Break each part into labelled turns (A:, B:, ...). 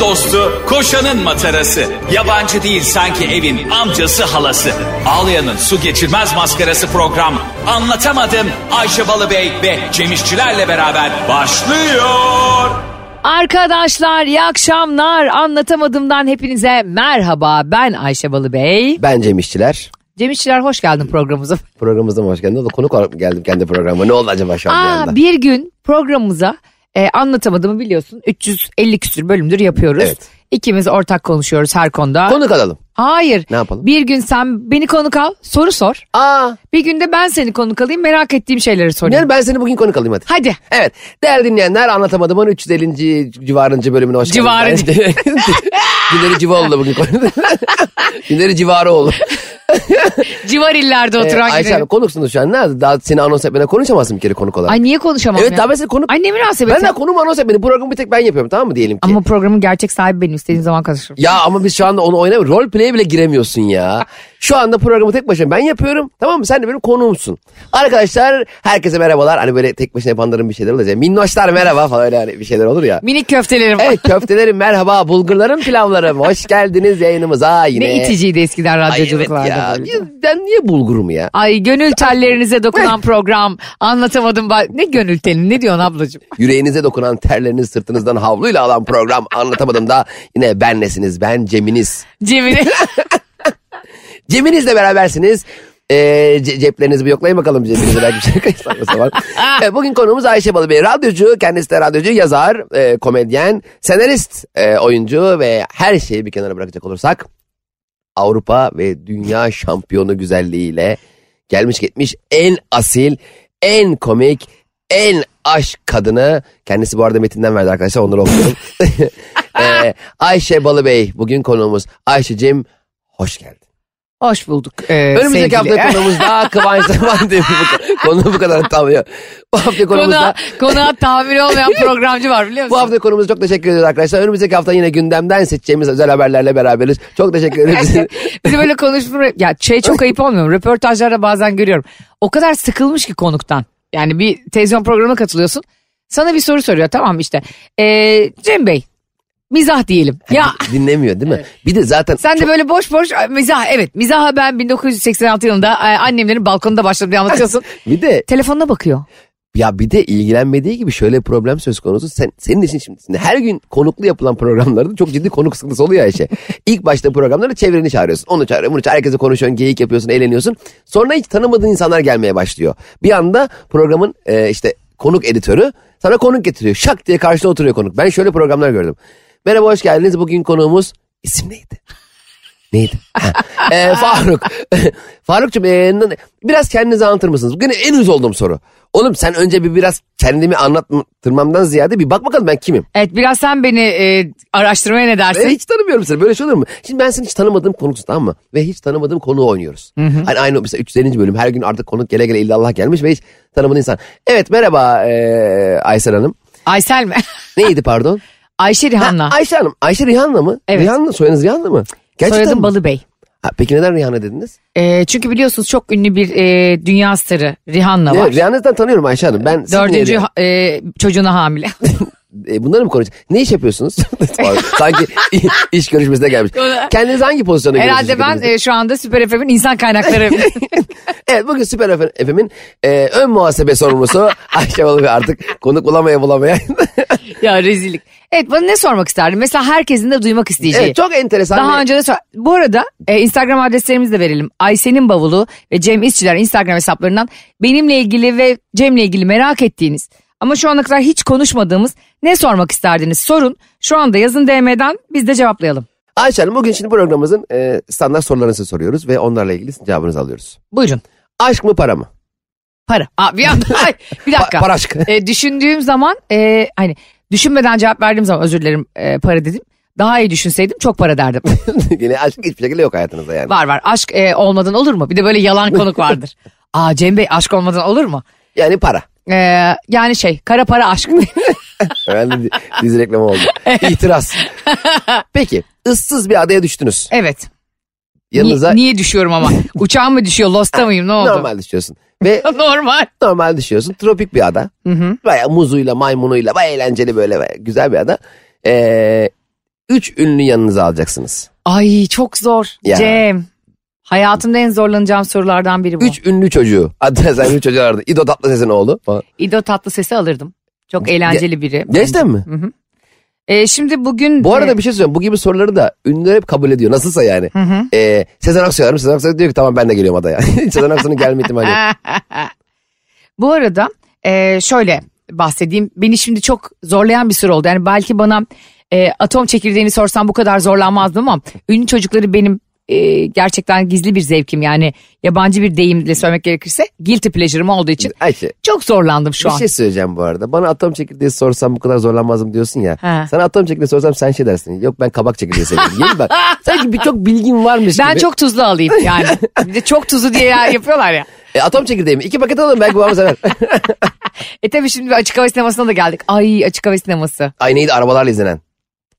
A: dostu, koşanın matarası. Yabancı değil sanki evin amcası halası. Ağlayanın su geçirmez maskarası program. Anlatamadım Ayşe Balıbey ve Cemişçilerle beraber başlıyor.
B: Arkadaşlar iyi akşamlar. Anlatamadığımdan hepinize merhaba. Ben Ayşe Balıbey.
C: Ben Cem İşçiler.
B: Cem İşçiler hoş geldin programımıza.
C: Programımıza hoş geldin. O da konuk olarak geldim kendi programıma. Ne oldu acaba şu an bir anda?
B: Aa, bir gün programımıza e, anlatamadığımı biliyorsun. 350 küsür bölümdür yapıyoruz.
C: Evet.
B: İkimiz ortak konuşuyoruz her konuda.
C: Konuk alalım.
B: Hayır.
C: Ne yapalım?
B: Bir gün sen beni konuk al, soru sor.
C: Aa,
B: Bir günde ben seni konuk alayım, merak ettiğim şeyleri sorayım.
C: yani ben seni bugün konuk alayım hadi.
B: Hadi.
C: Evet. Değerli dinleyenler anlatamadığımın 350. civarıncı bölümüne hoş
B: Civarıncı.
C: geldiniz. Günleri civa oldu bugün konu. Günleri civarı oldu.
B: Civar illerde
C: Ee,
B: oturan
C: Ayşe
B: gidelim.
C: Hanım konuksunuz şu an. Nerede? Daha seni anons etmeden konuşamazsın bir kere konuk olarak.
B: Ay niye konuşamam
C: evet
B: ya?
C: daha ben seni konuk...
B: Ay ne münasebet
C: ben
B: ya?
C: de konuğum anons etmedim. Programı bir tek ben yapıyorum tamam mı diyelim ki.
B: Ama programın gerçek sahibi benim. istediğim zaman konuşurum.
C: Ya ama biz şu anda onu oynamıyoruz. Rol play'e bile giremiyorsun ya. Şu anda programı tek başına ben yapıyorum. Tamam mı? Sen de benim konuğumsun. Arkadaşlar herkese merhabalar. Hani böyle tek başına yapanların bir şeyler olacak. Minnoşlar merhaba falan öyle hani bir şeyler olur ya.
B: Minik köftelerim.
C: Evet köftelerim merhaba. Bulgurlarım pilavlarım. Hoş geldiniz yayınımıza yine.
B: Ne iticiydi eskiden
C: Ay evet
B: radyoculuklarda.
C: ya.
B: böyle.
C: Ben niye bulgurum ya?
B: Ay gönül tellerinize dokunan program. Anlatamadım. ba- Ne gönül telini ne diyorsun ablacığım?
C: Yüreğinize dokunan terleriniz sırtınızdan havluyla alan program anlatamadım da yine benlesiniz. Ben Cem'iniz.
B: Cemile.
C: Cebinizle berabersiniz. Ee, ce- ceplerinizi bir yoklayın bakalım cebinize belki bir şey saçma sapan. Ee, bugün konuğumuz Ayşe Balıbey. Radyocu, kendisi de radyocu, yazar, e, komedyen, senarist, e, oyuncu ve her şeyi bir kenara bırakacak olursak Avrupa ve dünya şampiyonu güzelliğiyle gelmiş gitmiş en asil, en komik, en aşk kadını. Kendisi bu arada metinden verdi arkadaşlar onları okuyorum. Ee, Ayşe Balıbey bugün konuğumuz. Ayşe'cim hoş geldin.
B: Hoş bulduk. Ee,
C: Önümüzdeki
B: sevgili-
C: hafta konumuzda Kıvanç Taban diye bu konu bu kadar tam ya. Bu hafta
B: Konuğa,
C: konumuzda
B: konuğa tahammülü olmayan programcı var biliyor musun?
C: bu hafta konumuzda çok teşekkür ediyoruz arkadaşlar. Önümüzdeki hafta yine gündemden seçeceğimiz özel haberlerle beraberiz. Çok teşekkür ederiz.
B: Bizi böyle konuşma... Ya şey çok ayıp olmuyor mu? Röportajlarda bazen görüyorum. O kadar sıkılmış ki konuktan. Yani bir televizyon programına katılıyorsun. Sana bir soru soruyor tamam işte. Ee, Cem Bey mizah diyelim. Ya
C: Dinlemiyor değil mi? Bir de zaten
B: Sen de böyle boş boş "Ay, mizah evet mizaha ben 1986 yılında e, annemlerin balkonunda başladım diye anlatıyorsun.
C: bir de
B: Telefonuna bakıyor.
C: ya bir de ilgilenmediği gibi şöyle problem söz konusu. Sen, senin için şimdi, şimdi her gün konuklu yapılan programlarda çok ciddi konuk sıkıntısı oluyor Ayşe. İlk başta programlarda çevreni çağırıyorsun. Onu çağırıyorsun, bunu çağır. Herkese konuşuyorsun, geyik yapıyorsun, eğleniyorsun. Sonra hiç tanımadığın insanlar gelmeye başlıyor. Bir anda programın e, işte konuk editörü sana konuk getiriyor. Şak diye karşına oturuyor konuk. Ben şöyle programlar gördüm. Merhaba hoş geldiniz. Bugün konuğumuz isim neydi? Neydi? Ha, e, Faruk. Farukcuğum e, n- biraz kendinizi anlatır mısınız? Gene en üz olduğum soru. Oğlum sen önce bir biraz kendimi anlattırmamdan ziyade bir bak bakalım ben kimim?
B: Evet biraz sen beni e, araştırmaya ne dersin?
C: Ben hiç tanımıyorum seni. Böyle şey olur mu? Şimdi ben seni hiç tanımadığım konuksun tamam mı? Ve hiç tanımadığım konuğu oynuyoruz. Hani aynı mesela 350. bölüm her gün artık konuk gele gele illallah gelmiş ve hiç tanımadığın insan. Evet merhaba e, Aysel Hanım.
B: Aysel mi?
C: Neydi pardon?
B: Ayşe Rihanna.
C: Ha, Ayşe Hanım. Ayşe Rihanna mı?
B: Evet.
C: Rihanna soyadınız Rihanna mı? Gerçekten
B: Soyadım
C: mi?
B: Balı Bey.
C: Ha, peki neden Rihanna dediniz?
B: E, çünkü biliyorsunuz çok ünlü bir e, dünya starı Rihanna var.
C: Evet, Rihanna'dan tanıyorum Ayşe Hanım. Ben
B: Dördüncü
C: Sydney'de-
B: ha- e, çocuğuna hamile.
C: E, bunları mı konuşacağız? Ne iş yapıyorsunuz? Sanki i- iş görüşmesine gelmiş. Kendiniz hangi pozisyona
B: Herhalde ben
C: görüyorsunuz?
B: e, şu anda Süper FM'in insan kaynakları.
C: Evet bugün Süper Efe- FM'in e, ön muhasebe sorumlusu Ayşe Balı ve artık konuk bulamaya bulamaya.
B: ya rezillik. Evet bana ne sormak isterdin? Mesela herkesin de duymak isteyeceği.
C: evet, çok enteresan.
B: Daha
C: bir-
B: önce de sor- Bu arada e, Instagram adreslerimizi de verelim. Ayşe'nin bavulu ve Cem İşçiler Instagram hesaplarından benimle ilgili ve Cem'le ilgili merak ettiğiniz ama şu ana kadar hiç konuşmadığımız ne sormak isterdiniz sorun. Şu anda yazın DM'den biz de cevaplayalım.
C: Ayşe Hanım bugün şimdi programımızın e, standart sorularını size soruyoruz ve onlarla ilgili sizin cevabınızı alıyoruz.
B: Buyurun.
C: Aşk mı para mı?
B: Para. Aa, bir, anda- Ay, bir
C: Pa-
B: dakika.
C: para aşk.
B: E, düşündüğüm zaman e, hani düşünmeden cevap verdiğim zaman özür dilerim e, para dedim. Daha iyi düşünseydim çok para derdim.
C: Yine aşk hiçbir şekilde yok hayatınızda yani.
B: var var aşk e, olmadan olur mu? Bir de böyle yalan konuk vardır. Aa Cem Bey aşk olmadan olur mu?
C: Yani para.
B: Ee, yani şey kara para aşk mı?
C: Herhalde di- dizi reklamı oldu. İtiraz. Peki ıssız bir adaya düştünüz.
B: evet.
C: Yanınıza
B: Ni- niye düşüyorum ama? Uçağım mı düşüyor? Lost'ta mıyım? Ne oldu?
C: normal düşüyorsun. Ve
B: Normal.
C: normal düşüyorsun. Tropik bir ada. Baya muzuyla maymunuyla baya eğlenceli böyle baya güzel bir ada. Ee, Üç ünlü yanınıza alacaksınız.
B: Ay çok zor.
C: Ya.
B: Cem. Hayatımda en zorlanacağım sorulardan biri bu.
C: Üç ünlü çocuğu. Adres ünlü çocuğu vardı. İdo Tatlıses'in oğlu falan.
B: İdo tatlı sesi alırdım. Çok eğlenceli biri.
C: Gerçekten mi?
B: Ee, şimdi bugün...
C: Bu
B: e,
C: arada bir şey söyleyeyim. Bu gibi soruları da ünlüler hep kabul ediyor. Nasılsa yani. Ee, Sezen Aksu yarım. Sezen Aksu diyor ki tamam ben de geliyorum adaya. Sezen Aksu'nun gelme ihtimali yok.
B: Bu arada e, şöyle bahsedeyim. Beni şimdi çok zorlayan bir soru oldu. Yani belki bana e, atom çekirdeğini sorsam bu kadar zorlanmazdım ama ünlü çocukları benim e, gerçekten gizli bir zevkim. Yani yabancı bir deyimle söylemek gerekirse guilty pleasure'ım olduğu için
C: Ayşe
B: çok zorlandım şu
C: bir
B: an.
C: şey söyleyeceğim bu arada. Bana atom çekirdeği sorsam bu kadar zorlanmazdım diyorsun ya.
B: He.
C: Sana atom çekirdeği sorsam sen şey dersin. Yok ben kabak çekirdeği seviyorum. Yeni bak. Sanki birçok bilgin varmış
B: Ben
C: gibi.
B: çok tuzlu alayım yani. Bir de çok tuzlu diye ya- yapıyorlar ya.
C: E, atom çekirdeği mi? İki paket alalım belki babam sever.
B: E tabii şimdi açık hava sinemasına da geldik. Ay açık hava sineması.
C: Ay neydi arabalarla izlenen.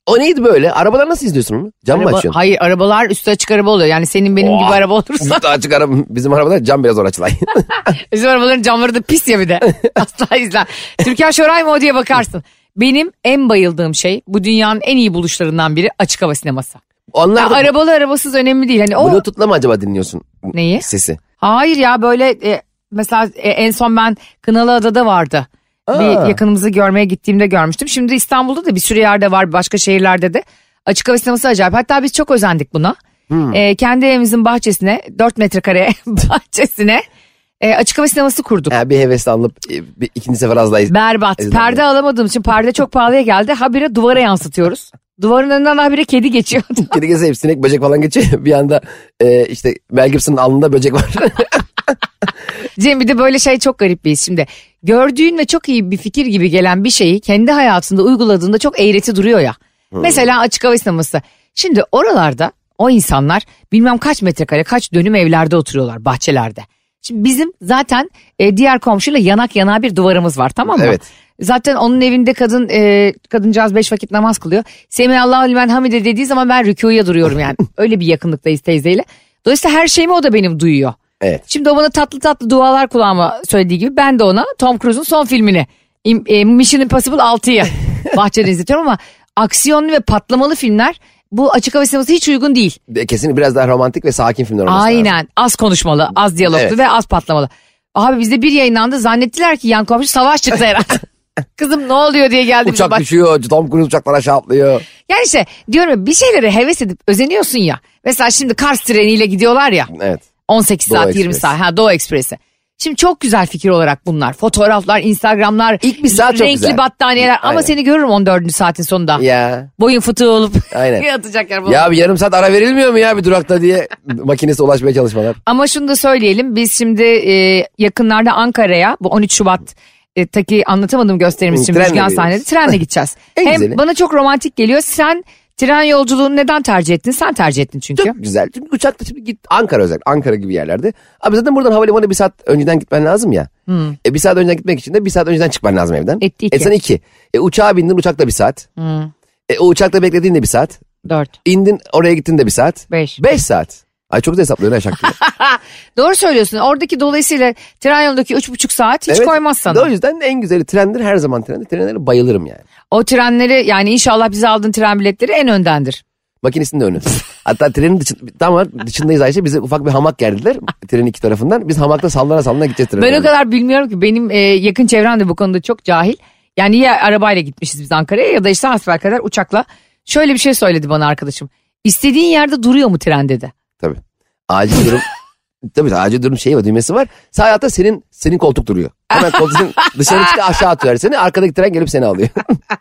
C: O neydi böyle? Arabalar nasıl izliyorsun onu? Cam mı
B: Araba-
C: açıyorsun?
B: hayır arabalar üstü açık araba oluyor. Yani senin benim gibi
C: Oha.
B: araba olursa.
C: Zıt açık araba. Bizim arabalar cam biraz zor açılay.
B: Bizim arabaların camları da pis ya bir de. Asla izlen. Türkan Şoray mı o diye bakarsın. Benim en bayıldığım şey bu dünyanın en iyi buluşlarından biri açık hava sineması. Ya
C: Onlar da
B: arabalı arabasız önemli değil. Hani o
C: Bluetooth'la mı acaba dinliyorsun
B: neyi?
C: sesi?
B: Hayır ya böyle e, mesela e, en son ben Kınalıada'da vardı. Bir yakınımızı görmeye gittiğimde görmüştüm. Şimdi İstanbul'da da bir sürü yerde var başka şehirlerde de. Açık hava sineması acayip. Hatta biz çok özendik buna. E, kendi evimizin bahçesine 4 metrekare bahçesine e, açık hava sineması kurduk.
C: Ha, bir hevesle alıp e, bir, ikinci sefer az daha iz-
B: Berbat.
C: Ezan
B: Perde alamadığım için perde çok pahalıya geldi. Habire duvara yansıtıyoruz. Duvarın önünden habire kedi geçiyor.
C: Kedi gelse hep sinek böcek falan geçiyor. Bir anda e, işte Mel Gibson'ın alnında böcek var.
B: Cem bir de böyle şey çok garip bir his şimdi. Gördüğün ve çok iyi bir fikir gibi gelen bir şeyi kendi hayatında uyguladığında çok eğreti duruyor ya. Mesela açık hava sineması. Şimdi oralarda o insanlar bilmem kaç metrekare kaç dönüm evlerde oturuyorlar bahçelerde. Şimdi bizim zaten e, diğer komşuyla yanak yana bir duvarımız var tamam mı?
C: Evet.
B: Zaten onun evinde kadın e, kadıncağız beş vakit namaz kılıyor. Semihallahu limen hamide dediği zaman ben rükuya duruyorum yani. Öyle bir yakınlıktayız teyzeyle. Dolayısıyla her şeyimi o da benim duyuyor.
C: evet.
B: Şimdi o bana tatlı tatlı dualar kulağıma söylediği gibi ben de ona Tom Cruise'un son filmini im- e, Mission Impossible 6'yı bahçede izletiyorum ama aksiyonlu ve patlamalı filmler bu açık hava sineması hiç uygun değil.
C: E, Kesin biraz daha romantik ve sakin filmler olması lazım.
B: Aynen az konuşmalı az diyaloglu
C: Evet.
B: ve az patlamalı. Abi bizde bir yayınlandı zannettiler ki yan komşu savaş çıktı herhalde. Kızım ne oluyor diye geldi bize
C: Uçak
B: bak-
C: düşüyor, Tom Cruise uçaktan aşağı atlıyor.
B: Yani işte diyorum ya, bir şeylere heves edip özeniyorsun ya. Mesela şimdi Kars treniyle gidiyorlar ya.
C: Evet.
B: 18
C: Doğu
B: saat 20
C: Ekspresi.
B: saat ha Doğu Ekspresi. Şimdi çok güzel fikir olarak bunlar. Fotoğraflar, Instagramlar,
C: İlk bir saat çok
B: renkli
C: güzel.
B: battaniyeler ama
C: Aynen.
B: seni görürüm 14. saatin sonunda.
C: Ya.
B: Boyun fıtığı olup
C: Aynen.
B: yatacak yer bulamam.
C: Ya bir yarım saat ara verilmiyor mu ya bir durakta diye makinesi ulaşmaya çalışmalar.
B: Ama şunu da söyleyelim biz şimdi e, yakınlarda Ankara'ya bu 13 Şubat e, taki anlatamadığım gösterimiz için
C: Trenle
B: Müjgan
C: gidiyoruz.
B: sahnede trenle gideceğiz.
C: En
B: Hem
C: güzeli.
B: bana çok romantik geliyor. Sen tren yolculuğunu neden tercih ettin? Sen tercih ettin çünkü.
C: Çok güzel. Çünkü uçakta şimdi git Ankara özellikle Ankara gibi yerlerde. Abi zaten buradan havalimanı bir saat önceden gitmen lazım ya. E, bir saat önceden gitmek için de bir saat önceden çıkman lazım evden.
B: Etti Hmm. iki. Hmm.
C: E, sen iki. E, uçağa bindin uçakta bir saat. E, o uçakta beklediğin de bir saat.
B: 4.
C: İndin oraya gittin de bir saat.
B: Beş.
C: Beş saat. Ay çok güzel hesaplıyorsun ha şak diye.
B: Doğru söylüyorsun. Oradaki dolayısıyla tren yolundaki üç buçuk saat hiç
C: Evet.
B: koymaz sana.
C: O yüzden en güzeli trendir her zaman trendir. Trenlere bayılırım yani.
B: O trenleri yani inşallah bize aldığın tren biletleri en öndendir.
C: Makinesinin de önü. Hatta trenin dışın, tam olarak dışındayız Ayşe. Bize ufak bir hamak geldiler. Trenin iki tarafından. Biz hamakta sallana sallana gideceğiz trene.
B: Ben o kadar bilmiyorum ki benim e, yakın çevrem de bu konuda çok cahil. Yani ya arabayla gitmişiz biz Ankara'ya ya da işte hasbelkader uçakla. Şöyle bir şey söyledi bana arkadaşım. İstediğin yerde duruyor mu tren dedi.
C: Tabii. Acil durum. Tabii acil durum şeyi var düğmesi var. Sağ hayatta senin senin koltuk duruyor. Hemen koltuğun dışarı çıkıp aşağı atıyor seni. Arkadaki tren gelip seni alıyor.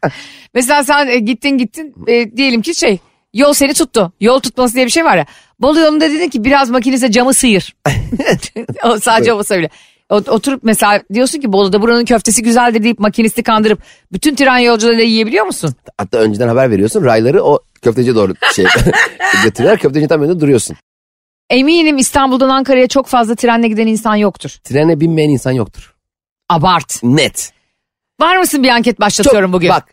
B: Mesela sen e, gittin gittin e, diyelim ki şey yol seni tuttu. Yol tutması diye bir şey var ya. Bolu yolunda dedin ki biraz makinese camı sıyır. o, sadece o söyle. Oturup mesela diyorsun ki Bolu'da buranın köftesi güzeldir deyip makinisti kandırıp bütün tren yolcularıyla yiyebiliyor musun?
C: Hatta önceden haber veriyorsun. Rayları o köfteciye doğru şey götürüyorlar. Köfteci tam önünde duruyorsun.
B: Eminim İstanbul'dan Ankara'ya çok fazla trenle giden insan yoktur.
C: Trene binmeyen insan yoktur.
B: Abart.
C: Net.
B: Var mısın bir anket
C: Çok-
B: başlatıyorum bugün?
C: Bak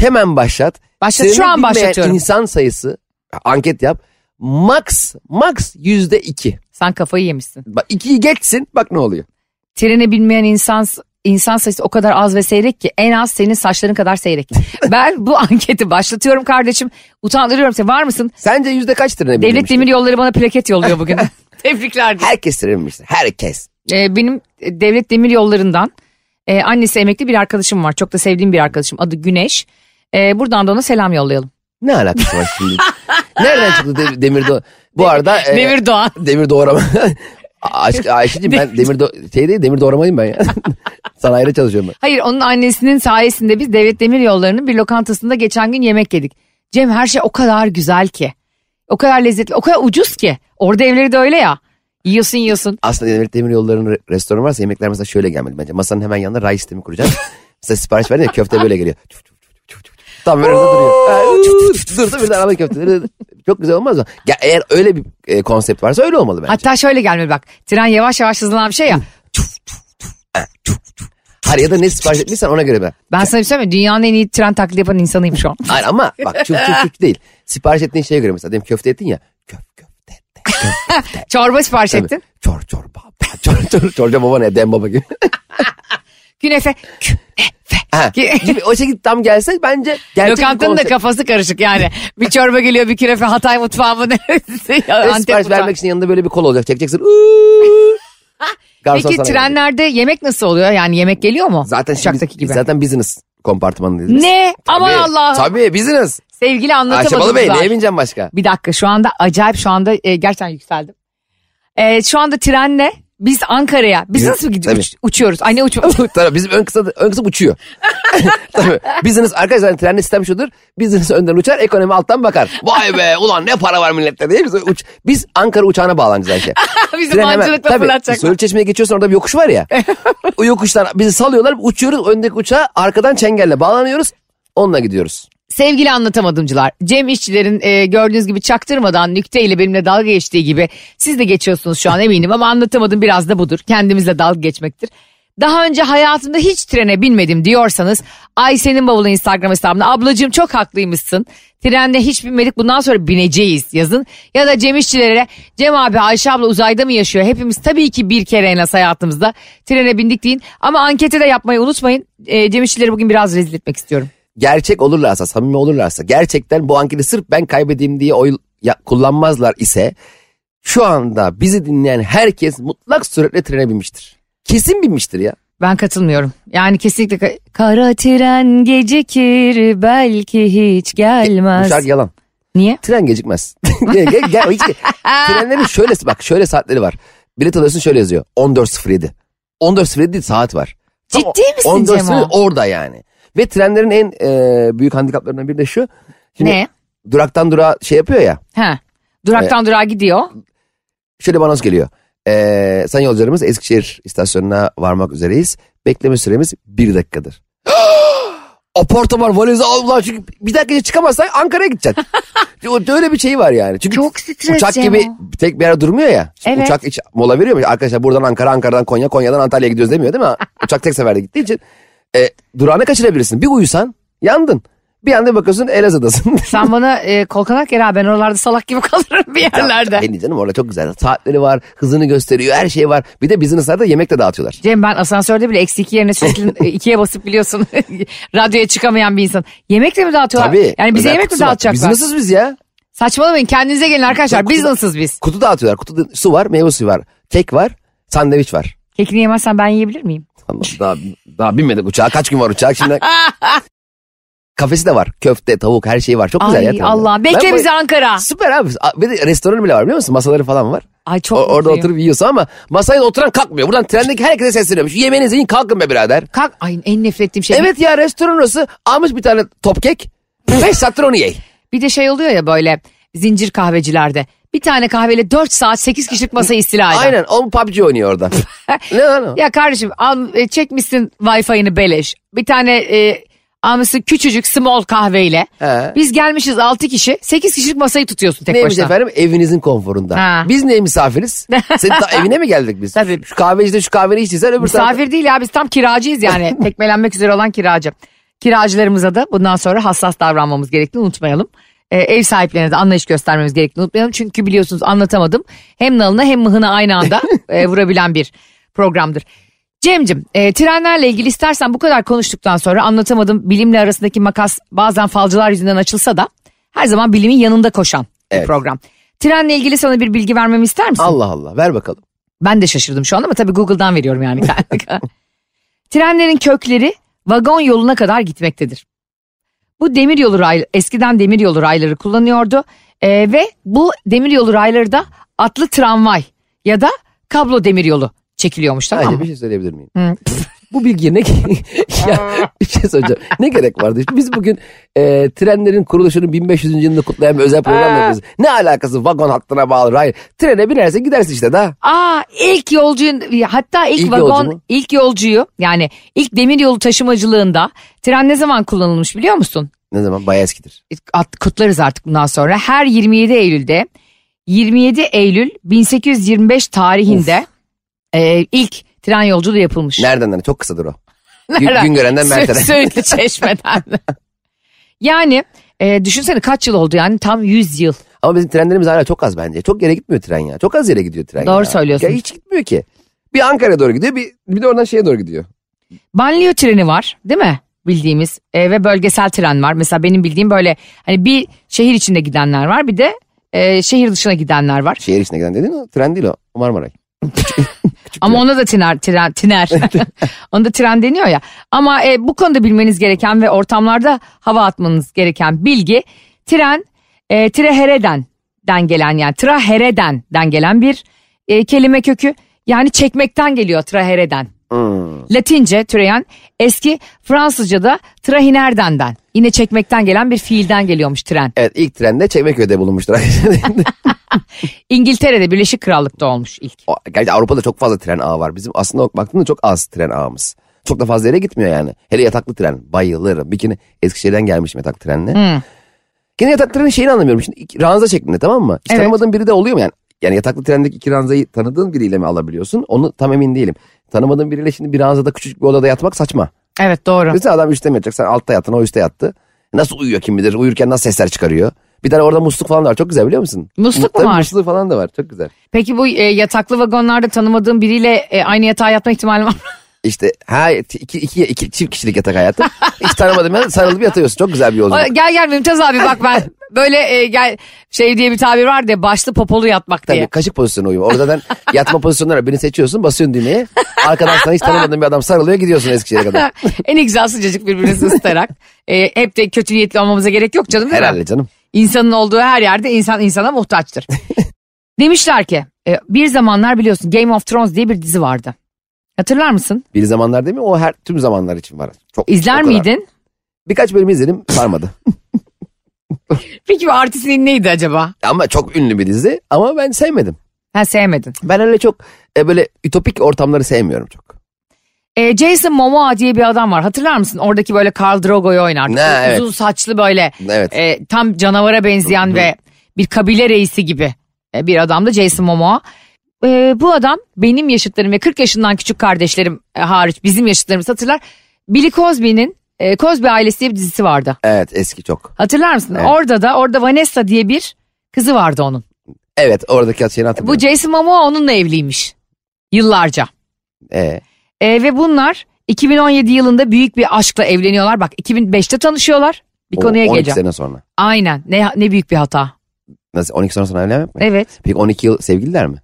C: hemen başlat.
B: Başlat, şu
C: Trene
B: an
C: binmeyen
B: başlatıyorum.
C: insan sayısı anket yap. Max max yüzde iki.
B: Sen kafayı yemişsin.
C: Bak ikiyi geçsin bak ne oluyor.
B: Trene binmeyen insan s- insan sayısı o kadar az ve seyrek ki en az senin saçların kadar seyrek. ben bu anketi başlatıyorum kardeşim. Utandırıyorum seni. Var mısın?
C: Sence yüzde kaçtır ne bileyim
B: Devlet
C: işte.
B: Demir Yolları bana plaket yolluyor bugün. Tebrikler.
C: Herkes trenmiştir. Herkes.
B: Ee, benim e, devlet demir yollarından e, annesi emekli bir arkadaşım var. Çok da sevdiğim bir arkadaşım. Adı Güneş. Ee, buradan da ona selam yollayalım.
C: Ne alakası var şimdi? Nereden çıktı de- demir do... Bu arada... e,
B: Demir Doğan.
C: Demir doğrama. Aşk, Ayşe'cim ben demir, do şey değil, demir doğramayım ben ya. Sanayide çalışıyorum ben.
B: Hayır onun annesinin sayesinde biz devlet demir yollarının bir lokantasında geçen gün yemek yedik. Cem her şey o kadar güzel ki. O kadar lezzetli, o kadar ucuz ki. Orada evleri de öyle ya. Yiyorsun yiyorsun.
C: Aslında demir, demir yollarının re- restoranı varsa yemekler mesela şöyle gelmeli bence. Masanın hemen yanında ray sistemi kuracaksın. mesela sipariş verdin ya köfte böyle geliyor. Tüf, tüf, tüf, tüf, tüf. Tam böyle orada duruyor. Ha, tüf, tüf, tüf, Dursun birden alalım köfteleri. Çok güzel olmaz mı? Ya, eğer öyle bir e, konsept varsa öyle olmalı bence.
B: Hatta şöyle gelmeli bak. Tren yavaş yavaş hızlanan bir şey ya.
C: Hayır ya da ne sipariş etmişsen ona göre ben.
B: Ben sana bir şey söyleyeyim mi? Dünyanın en iyi tren taklidi yapan insanıyım şu an.
C: Hayır ama bak çuf çuf çuf değil. Sipariş ettiğin şeye göre mesela. Diyelim köfte ettin ya. Köf köfte.
B: Çorba sipariş ettin.
C: Çor çor baba. Çor çor çorca baba ne? Dem baba gibi.
B: Künefe.
C: Ha, gibi o şekilde tam gelse bence gerçek
B: Lokantanın da
C: konsept.
B: kafası karışık yani. bir çorba geliyor bir künefe Hatay mutfağı mı neresi? ya,
C: Ve
B: Antep
C: sipariş
B: mutfağı. Ah,
C: vermek için yanında böyle bir kol olacak. Çekeceksin. "Uuu."
B: Peki
C: Garson sana gelecek.
B: trenlerde yemek nasıl oluyor? Yani yemek geliyor mu?
C: Zaten şimdi
B: Uçaktaki
C: biz-
B: gibi.
C: Zaten business kompartmanındayız. biz.
B: Ne?
C: Tabii,
B: Aman Allah'ım.
C: Tabii business.
B: Sevgili
C: Ayşe
B: anlatamadım.
C: Balı Bey neye bineceğim başka?
B: Bir dakika şu anda acayip şu anda e, gerçekten yükseldim. E, şu anda trenle biz Ankara'ya biz
C: Biz-
B: nasıl gidiyoruz?
C: tabii.
B: Uç- uçuyoruz? Ay ne uçuyoruz?
C: Tabii bizim ön kısa, ön kısım uçuyor. Tabii. Business arkadaşlar trende sistem şudur. Business önden uçar, ekonomi alttan bakar. Vay be ulan ne para var millette diye biz uç. Biz Ankara uçağına bağlanacağız Ayşe.
B: Bizi
C: Tren hemen-
B: mancınıkla
C: Tabii
B: fırlatacaklar.
C: Söğüt Çeşme'ye geçiyorsun orada bir yokuş var ya. o yokuştan bizi salıyorlar uçuyoruz öndeki uçağa arkadan çengelle bağlanıyoruz. Onunla gidiyoruz.
B: Sevgili anlatamadımcılar, Cem işçilerin e, gördüğünüz gibi çaktırmadan nükteyle benimle dalga geçtiği gibi siz de geçiyorsunuz şu an eminim ama anlatamadım biraz da budur. Kendimizle dalga geçmektir. Daha önce hayatımda hiç trene binmedim diyorsanız Ayşe'nin bavulu Instagram hesabına ablacığım çok haklıymışsın. Trende hiç binmedik bundan sonra bineceğiz yazın. Ya da Cem işçilere Cem abi Ayşe abla uzayda mı yaşıyor? Hepimiz tabii ki bir kere en az hayatımızda trene bindik deyin. Ama anketi de yapmayı unutmayın. E, Cem işçileri bugün biraz rezil etmek istiyorum.
C: Gerçek olurlarsa samimi olurlarsa gerçekten bu anketi sırf ben kaybedeyim diye oy ya- kullanmazlar ise şu anda bizi dinleyen herkes mutlak suretle trene binmiştir. Kesin binmiştir ya.
B: Ben katılmıyorum. Yani kesinlikle ka- kara tren gecikir belki hiç
C: Bu
B: gelmez.
C: şarkı yalan.
B: Niye?
C: Tren gecikmez. gel, gel, gel, hiç, trenlerin şöyle bak şöyle saatleri var. Bilet alıyorsun şöyle yazıyor. 14.07. 14.07 değil saat var. Tam
B: Ciddi misin
C: 14.07
B: Cemo?
C: orada yani. Ve trenlerin en e, büyük handikaplarından biri de şu. Şimdi
B: Ne?
C: Duraktan durağa şey yapıyor ya.
B: Ha. Duraktan
C: E-
B: durağa gidiyor.
C: Şöyle bana geliyor. E, sayın yolcularımız Eskişehir istasyonuna varmak üzereyiz. Bekleme süremiz bir dakikadır. Apartamar valizi al ulan çünkü bir dakika çıkamazsan Ankara'ya gideceksin. Öyle bir şey var yani. Çünkü
B: Çok stres
C: Uçak
B: Cemo.
C: gibi tek bir yere durmuyor ya. Şimdi
B: Evet.
C: Uçak hiç mola veriyor mu? Arkadaşlar buradan Ankara, Ankara'dan Konya, Konya'dan Antalya'ya gidiyoruz demiyor değil mi? Uçak tek seferde gittiği için. E, durağını kaçırabilirsin. Bir uyusan yandın. Bir anda bir bakıyorsun Elazığ'dasın.
B: Sen bana e, kol kanak yer abi ben oralarda salak gibi kalırım bir yerlerde.
C: Beni canım orada çok güzel. Saatleri var, hızını gösteriyor, her şey var. Bir de business'larda yemek de dağıtıyorlar.
B: Cem ben asansörde bile eksi iki yerine sürekli e, ikiye basıp biliyorsun radyoya çıkamayan bir insan. Yemek de mi dağıtıyorlar?
C: Tabii.
B: Yani bize
C: Özel
B: yemek mi
C: kutusu var.
B: dağıtacaklar?
C: Business'ız biz ya.
B: Saçmalamayın kendinize gelin arkadaşlar.
C: Kutu- kutu-
B: Business'ız biz.
C: Kutu dağıtıyorlar. Kutu su var, meyve suyu var. Kek var, sandviç var.
B: Kekini yemezsen ben yiyebilir miyim?
C: Tamam, daha, daha binmedik uçağa. Kaç gün var uçağa? Şimdi kafesi de var. Köfte, tavuk her şeyi var. Çok güzel ya.
B: Ay
C: tabii.
B: Allah.
C: Ben
B: Bekle
C: bu-
B: bizi Ankara.
C: Süper abi. A- Bir de restoranı bile var biliyor musun? Masaları falan var.
B: Ay çok
C: O- orada
B: mutluyum.
C: oturup yiyorsun ama masaya da oturan kalkmıyor. Buradan trendeki herkese sesleniyorum. Şu yemeğinizi yiyin kalkın be birader.
B: Kalk. Ay en nefret ettiğim şey.
C: Evet ya restoran orası almış bir tane top kek. 5 saattir onu ye.
B: Bir de şey oluyor ya böyle zincir kahvecilerde. Bir tane kahveyle 4 saat 8 kişilik masayı istila eder.
C: Aynen. O PUBG oynuyor orada. ne lan o?
B: Ya kardeşim al, e, çekmişsin Wi-Fi'ni beleş. Bir tane e, almışsın küçücük small kahveyle.
C: He.
B: Biz gelmişiz 6 kişi 8 kişilik masayı tutuyorsun tek
C: Neymiş
B: başına.
C: efendim evinizin konforunda.
B: Ha.
C: Biz neye misafiriz? Senin ta- evine mi geldik biz?
B: Tabii.
C: Şu kahvecide şu kahveni içtiysen öbür tarafta.
B: Misafir değil ya biz tam kiracıyız yani. Tekmelenmek üzere olan kiracı. Kiracılarımıza da bundan sonra hassas davranmamız gerektiğini unutmayalım. Ee, ev sahiplerine de anlayış göstermemiz gerektiğini unutmayalım. Çünkü biliyorsunuz anlatamadım. Hem nalına hem mıhına aynı anda e, vurabilen bir programdır. Cem'cim e, trenlerle ilgili istersen bu kadar konuştuktan sonra anlatamadım bilimle arasındaki makas bazen falcılar yüzünden açılsa da her zaman bilimin yanında koşan bir
C: Evet.
B: program. Trenle ilgili sana bir bilgi vermemi ister misin?
C: Allah Allah ver bakalım.
B: Ben de şaşırdım şu an ama tabii Google'dan veriyorum yani. Trenlerin kökleri vagon yoluna kadar gitmektedir. Bu demir yolu ray, eskiden demir yolu rayları kullanıyordu Ee, ve bu demir yolu rayları da atlı tramvay ya da kablo demir yolu çekiliyormuş
C: Sadece
B: tamam mı?
C: bir şey söyleyebilir miyim?
B: Hı.
C: Bu bilgiye ne ya, bir şey söyleyeceğim. Ne gerek vardı? İşte biz bugün e, trenlerin kuruluşunun 1500. yılını kutlayan bir özel program yapıyoruz. Ne alakası vagon hattına bağlı hayır. Trene binersen gidersin işte daha.
B: Aa ilk yolcuyu hatta ilk,
C: İlk
B: vagon
C: yolcu mu?
B: ilk yolcuyu yani ilk demir yolu taşımacılığında tren ne zaman kullanılmış biliyor musun?
C: Ne zaman? Bayağı eskidir.
B: at- kutlarız artık bundan sonra. Her 27 Eylül'de 27 Eylül 1825 tarihinde e, ilk tren yolculuğu yapılmış.
C: Nereden nereden? Çok kısadır o.
B: Nereden?
C: Gün, gün görenden Mert'e.
B: Sö- Söğütlü Çeşme'den. yani e, düşünsene kaç yıl oldu yani tam 100 yıl.
C: Ama bizim trenlerimiz hala çok az bence. Çok yere gitmiyor tren ya. Çok az yere gidiyor tren
B: Doğru
C: ya.
B: söylüyorsun.
C: Ya hiç gitmiyor ki. Bir Ankara'ya doğru gidiyor bir, bir de oradan şeye doğru gidiyor.
B: Banliyö treni var değil mi? Bildiğimiz e, ve bölgesel tren var. Mesela benim bildiğim böyle hani bir şehir içinde gidenler var bir de e, şehir dışına gidenler var.
C: Şehir içine giden dediğin o tren değil o. O Marmaray.
B: Ama ona da tiner, tiner, tiner. ona da tren deniyor ya. Ama e, bu konuda bilmeniz gereken ve ortamlarda hava atmanız gereken bilgi tren e, trehereden den gelen yani trahereden den gelen bir e, kelime kökü. Yani çekmekten geliyor trahereden.
C: Hmm.
B: Latince türeyen eski Fransızca'da trahinerdenden yine çekmekten gelen bir fiilden geliyormuş tren.
C: Evet ilk trende Çekmeköy'de bulunmuştur.
B: İngiltere'de Birleşik Krallık'ta olmuş ilk.
C: O- Gerçi Avrupa'da çok fazla tren ağı var. Bizim aslında baktığında çok az tren ağımız. Çok da fazla yere gitmiyor yani. Hele yataklı tren. Bayılırım. Bir kere Eskişehir'den gelmişim yatak trenle.
B: Hı.
C: Gene yatak trenin şeyini anlamıyorum. Şimdi iki- ranza şeklinde tamam mı? Hiç
B: Evet.
C: tanımadığın biri de oluyor mu yani? Yani yataklı trendeki iki ranzayı tanıdığın biriyle mi alabiliyorsun? Onu tam emin değilim. Tanımadığın biriyle şimdi bir ranzada küçük bir odada yatmak saçma.
B: Evet doğru.
C: Mesela adam üstte mi yatacak? Sen altta yattın o üstte yattı. Nasıl uyuyor kim bilir? Uyurken nasıl sesler çıkarıyor? Bir tane orada musluk falan da var. Çok güzel biliyor musun?
B: Musluk mu
C: Tabii
B: var?
C: Musluğu falan da var. Çok güzel.
B: Peki bu e, yataklı vagonlarda tanımadığın biriyle e, aynı yatağa yatma ihtimali var mı?
C: İşte ha iki, iki, iki çift kişilik yatak hayatı. Hiç tanımadım ben sarılıp yatıyorsun. Çok güzel bir
B: O-
C: yolculuk.
B: gel gel Mümtaz abi bak ben böyle e, gel şey diye bir tabir var diye başlı popolu yatmak
C: Tabii
B: diye.
C: kaşık pozisyonu uyum. Orada zaten yatma pozisyonları var. birini seçiyorsun basıyorsun düğmeye. Arkadan sana hiç tanımadığın bir adam sarılıyor gidiyorsun Eskişehir'e kadar.
B: en güzel sıcacık birbirinizi ısıtarak. E, hep de kötü niyetli olmamıza gerek yok canım değil mi?
C: Herhalde canım.
B: İnsanın olduğu her yerde insan insana muhtaçtır. Demişler ki e, bir zamanlar biliyorsun Game of Thrones diye bir dizi vardı. Hatırlar mısın?
C: Bir zamanlar değil mi? O her tüm zamanlar için var. Çok,
B: İzler
C: o kadar.
B: miydin?
C: Birkaç bölüm izledim sarmadı.
B: Peki bu artistliğin neydi acaba?
C: ama çok ünlü bir dizi ama ben sevmedim.
B: Ha sevmedin.
C: Ben öyle çok e, böyle ütopik ortamları sevmiyorum çok.
B: E, Jason Momoa diye bir adam var. Hatırlar mısın? Oradaki böyle Khal Drogo'yu oynardı.
C: Ne, evet.
B: Uzun saçlı böyle
C: Evet.
B: e, tam canavara benzeyen ve bir kabile reisi gibi e, bir adam da Jason Momoa. E, bu adam benim yaşıtlarım ve 40 yaşından küçük kardeşlerim e, hariç bizim yaşıtlarımız hatırlar. Billy Cosby'nin e, Cosby ailesi diye bir dizisi vardı.
C: Evet eski çok.
B: Hatırlar mısın?
C: Evet.
B: Orada da orada Vanessa diye bir kızı vardı onun.
C: Evet oradaki şeyini
B: Bu
C: hatırlıyorum.
B: Jason Momoa onunla evliymiş yıllarca.
C: Ee,
B: E, ve bunlar 2017 yılında büyük bir aşkla evleniyorlar. Bak 2005'te tanışıyorlar. Bir
C: o-
B: konuya
C: 12
B: geleceğim.
C: sene sonra.
B: Aynen. Ne ne büyük bir hata.
C: Nasıl 12 sene sonra evlenmek mi?
B: Evet.
C: Peki 12 yıl sevgililer mi?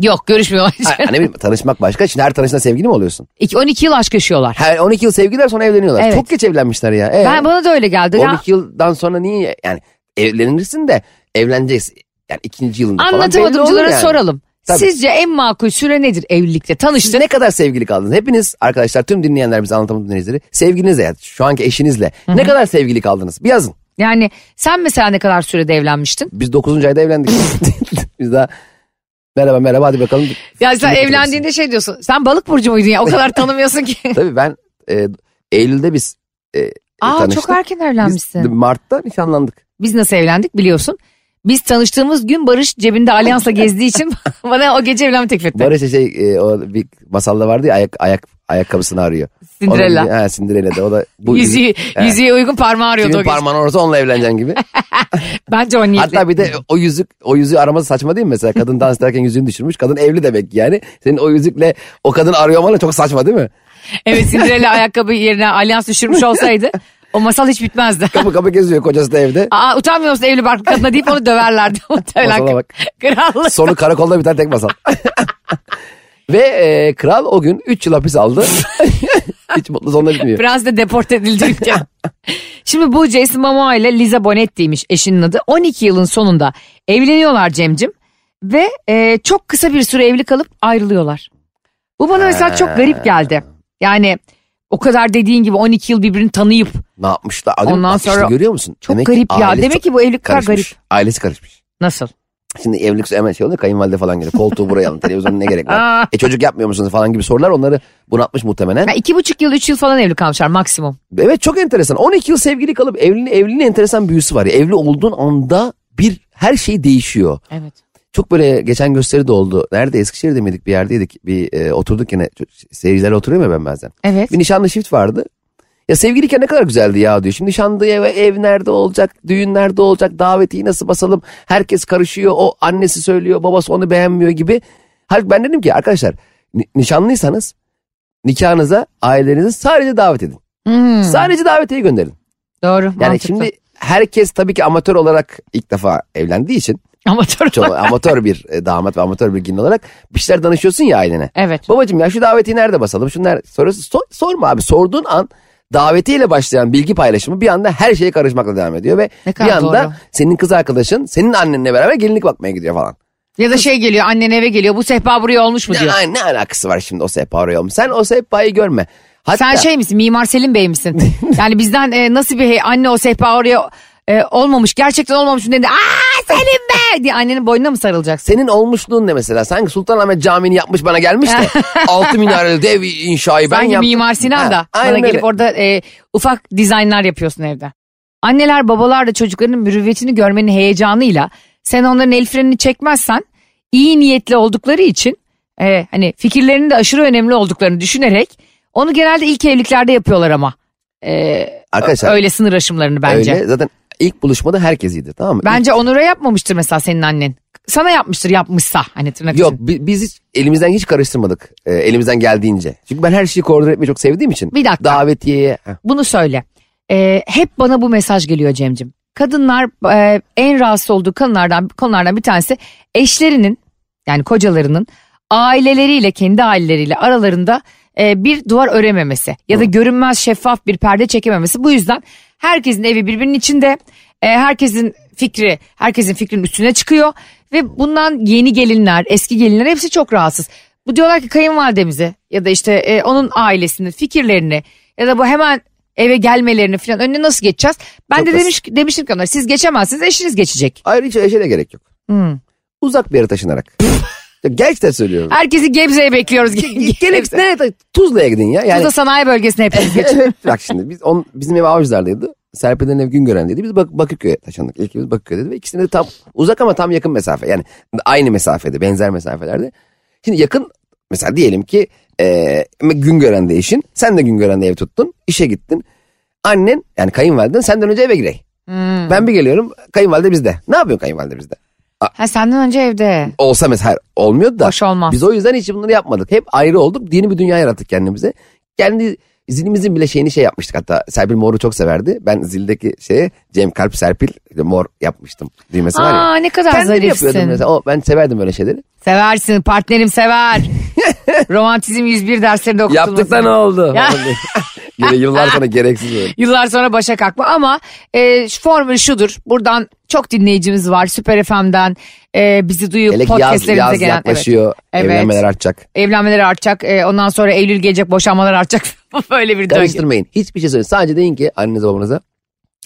B: Yok görüşmüyorlar.
C: Ay, hani bir tanışmak başka. Şimdi her tanıştığında sevgili mi oluyorsun?
B: İki- 12 yıl aşk yaşıyorlar.
C: Her 12 yıl sevgililer sonra evleniyorlar.
B: Evet.
C: Çok geç evlenmişler ya. Ee,
B: Ben bana da öyle geldi. Ya,
C: 12 yıldan sonra niye yani evlenirsin de evleneceksin. Yani ikinci yılında falan belli olur
B: anlatamadımcılara
C: yani.
B: soralım.
C: Tabii.
B: Sizce en makul süre nedir evlilikte?
C: Siz
B: Tanıştın.
C: ne kadar sevgili kaldınız? Hepiniz arkadaşlar tüm dinleyenler bizi anlatamadım dinleyicileri. Sevgilinizle yani şu anki eşinizle ne kadar sevgili kaldınız? Bir yazın.
B: Yani sen mesela ne kadar sürede evlenmiştin?
C: Biz 9. ayda evlendik. Biz daha merhaba merhaba hadi bakalım.
B: Ya sen
C: Şimdi
B: evlendiğinde şey diyorsun. Sen balık burcu muydun ya? O kadar tanımıyorsun ki.
C: Tabii ben e, Eylül'de biz e,
B: Aa
C: tanıştık.
B: çok erken evlenmişsin.
C: Biz
B: Biz,
C: Mart'ta nişanlandık.
B: nasıl evlendik biliyorsun. Biz tanıştığımız gün Barış cebinde alyansa gezdiği için bana o gece evlenme teklif etti.
C: Barış şey e, o bir masalda vardı ya ayak ayak ayakkabısını arıyor.
B: Cinderella.
C: Onun, he, Cinderella de o da bu
B: Yüzüğü,
C: Evet.
B: yüzüğe uygun parmağı arıyordu o
C: kimin
B: gece.
C: parmağını orası onunla evleneceksin gibi.
B: Bence o niyetle.
C: Hatta bir de o yüzük o yüzüğü araması saçma değil mi mesela? Kadın dans ederken yüzüğünü düşürmüş. Kadın evli demek ki yani. Senin o yüzükle o kadın arıyor olman da çok saçma değil mi?
B: Evet Cinderella ayakkabı yerine alyans düşürmüş olsaydı o masal hiç bitmezdi.
C: Kapı kapı geziyor kocası da evde.
B: Aa utanmıyor musun evli barklı kadına deyip onu döverlerdi. Muhtemelen
C: Masala bak.
B: krallık.
C: Sonu karakolda biter tek masal. Ve e, kral o gün 3 yıl hapis aldı. Hiç mutlu sonuna bitmiyor.
B: Prens de deport edildi ülkeden. Şimdi bu Jason Momoa ile Liza Bonetti'ymiş eşinin adı. 12 yılın sonunda evleniyorlar Cem'cim. Ve e, çok kısa bir süre evli kalıp ayrılıyorlar. Bu bana mesela çok garip geldi. Yani o kadar dediğin gibi 12 yıl birbirini tanıyıp
C: Ne yapmışlar? Adam,
B: Ondan
C: Ondan sonra
B: sonra
C: görüyor musun?
B: çok
C: ki
B: garip ya.
C: ailesi
B: Demek
C: çok
B: ki bu evlilikler
C: karışmış.
B: garip.
C: Ailesi karışmış.
B: Nasıl?
C: Şimdi evlilik hemen şey oluyor kayınvalide falan geliyor. Koltuğu buraya alın televizyonun ne gerek
B: Aa.
C: var? e çocuk yapmıyor musunuz falan gibi sorular onları bunaltmış muhtemelen.
B: Ya iki buçuk yıl, üç yıl falan evli kalmışlar maksimum.
C: Evet çok enteresan. 12 yıl sevgili kalıp evliliğin, evliliğin enteresan büyüsü var ya. Evli olduğun anda bir her şey değişiyor.
B: Evet.
C: Çok böyle geçen gösteri de oldu. Nerede Eskişehir'de miydik bir yerdeydik. Bir e, oturduk yine Ç- seyircilerle oturuyorum ya ben bazen.
B: Evet.
C: Bir nişanlı çift vardı. Ya sevgiliyken ne kadar güzeldi ya diyor. Şimdi nişanlı ev, ev nerede olacak, düğün nerede olacak, davetiyi nasıl basalım. Herkes karışıyor, o annesi söylüyor, babası onu beğenmiyor gibi. Halbuki ben dedim ki arkadaşlar ni- nişanlıysanız nikahınıza ailenizi sadece davet edin.
B: Hmm,
C: Sadece davetiye gönderin.
B: doğru.
C: Yani
B: mantıklı.
C: şimdi herkes tabii ki amatör olarak ilk defa evlendiği için
B: amatör
C: çok
B: olarak-
C: amatör bir e, damat ve amatör bir gelin olarak bir şeyler danışıyorsun ya ailene.
B: Evet.
C: Babacım ya şu davetiyi nerede basalım? Şunu nerede? Soruyorsun. Sor- sorma abi. Sorduğun an davetiyle başlayan bilgi paylaşımı bir anda her şeye karışmakla devam ediyor ve
B: Ne
C: bir
B: kadar
C: anda
B: doğru.
C: senin kız arkadaşın senin annenle beraber gelinlik bakmaya gidiyor falan.
B: Ya da şey geliyor annen eve geliyor bu sehpa buraya olmuş mu
C: Ne,
B: diyor.
C: ay- ne alakası var şimdi o sehpa oraya olmuş? Sen o sehpayı görme. Hatta,
B: Sen şey misin Mimar Selim Bey misin? yani bizden e, nasıl bir hey, anne o sehpa oraya e, olmamış gerçekten olmamış mı dedi. Aa Selim Bey diye annenin boynuna mı sarılacaksın?
C: Senin olmuşluğun ne mesela? Sanki Sultanahmet Camii'ni yapmış bana gelmiş de. altı minareli dev inşayı ben
B: Sanki
C: yaptım.
B: Mimar Sinan
C: Ha,
B: da
C: aynen
B: bana
C: öyle.
B: gelip orada e, ufak dizaynlar yapıyorsun evde. Anneler babalar da çocuklarının mürüvvetini görmenin heyecanıyla sen onların el frenini çekmezsen iyi niyetli oldukları için e, hani fikirlerinin de aşırı önemli olduklarını düşünerek onu genelde ilk evliliklerde yapıyorlar ama. E,
C: Arkadaşlar
B: Öyle sınır aşımlarını bence.
C: Öyle. Zaten ilk buluşmada herkes iyidir tamam mı?
B: Bence Onur'a yapmamıştır mesela senin annen. Sana yapmıştır yapmışsa hani tırnak
C: Yok
B: için.
C: bi- biz hiç elimizden hiç karıştırmadık e, elimizden geldiğince. Çünkü ben her şeyi koordine etmeyi çok sevdiğim için.
B: Bir dakika.
C: Davetiyeye. Heh.
B: Bunu söyle. Ee, hep bana bu mesaj geliyor Cem'cim. Kadınlar e, en rahatsız olduğu konulardan, konulardan bir tanesi eşlerinin yani kocalarının aileleriyle kendi aileleriyle aralarında e, bir duvar örememesi ya da görünmez şeffaf bir perde çekememesi. Bu yüzden herkesin evi birbirinin içinde e, herkesin fikri herkesin fikrinin üstüne çıkıyor ve bundan yeni gelinler eski gelinler hepsi çok rahatsız. Bu diyorlar ki kayınvalidemize ya da işte e, onun ailesinin fikirlerini ya da bu hemen eve gelmelerini falan önüne nasıl geçeceğiz? Ben
C: Çok
B: de
C: basit.
B: demiş demiştim ki onlara siz geçemezsiniz eşiniz geçecek.
C: Ayrı hiç eşe de gerek yok.
B: Hmm.
C: Uzak bir yere taşınarak. ya, gerçekten söylüyorum.
B: Herkesi Gebze'ye bekliyoruz.
C: Gerek nereye ta- Tuzla'ya gidin ya. Yani,
B: Tuzla sanayi bölgesine hepimiz geçtik.
C: evet, bak şimdi biz on, bizim ev Avcılar'daydı. Serpil'in ev Güngören'deydi. Biz Bak Bakırköy'e taşındık. İlk evimiz Bakırköy'deydi ve ikisinde de tam uzak ama tam yakın mesafe. Yani aynı mesafede, benzer mesafelerde. Şimdi yakın mesela diyelim ki e, Güngören'de işin. Sen de Güngören'de ev tuttun. işe gittin. Annen yani kayınvaliden senden önce eve girey.
B: Hmm.
C: Ben bir geliyorum kayınvalide bizde. Ne yapıyorsun kayınvalide bizde?
B: Ha, senden önce evde.
C: Olsa mesela olmuyordu da.
B: Hoş olmaz.
C: Biz o yüzden hiç bunları yapmadık. Hep ayrı olduk. Yeni bir dünya yarattık kendimize. Kendi zilimizin bile şeyini şey yapmıştık hatta. Serpil moru çok severdi. Ben zildeki şeye Cem Kalp Serpil işte mor yapmıştım. Düğmesi var ya.
B: Aa ne kadar
C: Kendim yapıyordum
B: zarifsin.
C: mesela. O, ben severdim öyle şeyleri.
B: Seversin partnerim sever. Romantizm 101 derslerinde okutulması.
C: Yaptık da ne oldu?
B: Ya.
C: Yine yıllar sonra gereksiz böyle.
B: Yıllar sonra başa kalkma ama e, şu formül şudur. Buradan çok dinleyicimiz var. Süper FM'den e, bizi duyup
C: Hele ki yaz,
B: podcastlerimize
C: yaz
B: gelen.
C: yaklaşıyor.
B: Evet.
C: Evlenmeler artacak.
B: Evet. Evlenmeler artacak. e, ondan sonra Eylül gelecek boşanmalar artacak. Böyle bir döngü.
C: Karıştırmayın. Hiçbir şey söyleyin. Sadece deyin ki annenize babanıza.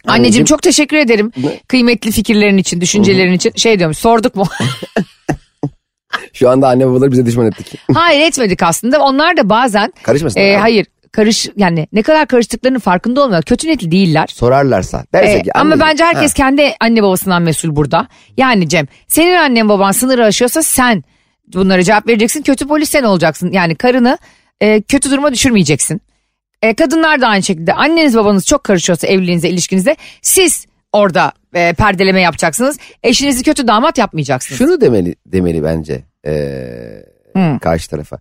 B: Anneciğim çok teşekkür ederim.
C: Ne?
B: Kıymetli fikirlerin için, düşüncelerin için. Şey diyorum sorduk mu?
C: Şu anda anne babaları bize düşman ettik.
B: hayır etmedik aslında. Onlar da bazen
C: Karışmasınlar.
B: e,
C: abi.
B: hayır karış yani ne kadar karıştıklarının farkında olmuyorlar. Kötü niyetli değiller.
C: Sorarlarsa. Derse
B: E,
C: ki.
B: ama
C: anneciğim,
B: bence herkes
C: ha,
B: kendi anne babasından mesul burada. Yani Cem senin annen baban sınırı aşıyorsa sen bunlara cevap vereceksin. Kötü polis sen olacaksın. Yani karını e, kötü duruma düşürmeyeceksin. E, kadınlar da aynı şekilde anneniz babanız çok karışıyorsa evliliğinize ilişkinize siz orada e, perdeleme yapacaksınız. Eşinizi kötü damat yapmayacaksınız.
C: Şunu demeli demeli bence ee,
B: Hı.
C: karşı tarafa.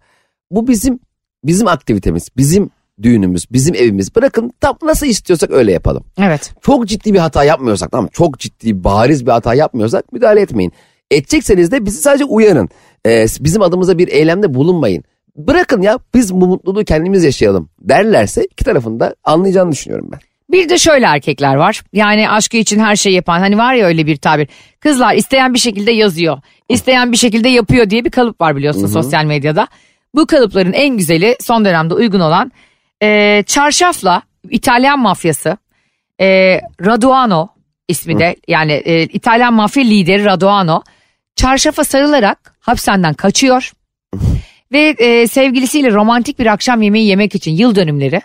C: Bu bizim bizim aktivitemiz, bizim düğünümüz, bizim evimiz. Bırakın tam nasıl istiyorsak öyle yapalım.
B: Evet.
C: Çok ciddi bir hata yapmıyorsak tamam mı? çok ciddi bariz bir hata yapmıyorsak müdahale etmeyin. Edecekseniz de bizi sadece uyarın. Ee, bizim adımıza bir eylemde bulunmayın. Bırakın ya biz bu mutluluğu kendimiz yaşayalım derlerse iki tarafında anlayacağını düşünüyorum ben.
B: Bir de şöyle erkekler var. Yani aşkı için her şeyi yapan hani var ya öyle bir tabir. Kızlar isteyen bir şekilde yazıyor. isteyen bir şekilde yapıyor diye bir kalıp var biliyorsun sosyal medyada. Bu kalıpların en güzeli son dönemde uygun olan e, çarşafla İtalyan mafyası e, Raduano ismi de yani e, İtalyan mafya lideri Raduano çarşafa sarılarak hapishaneden kaçıyor. Ve e, sevgilisiyle romantik bir akşam yemeği yemek için yıl dönümleri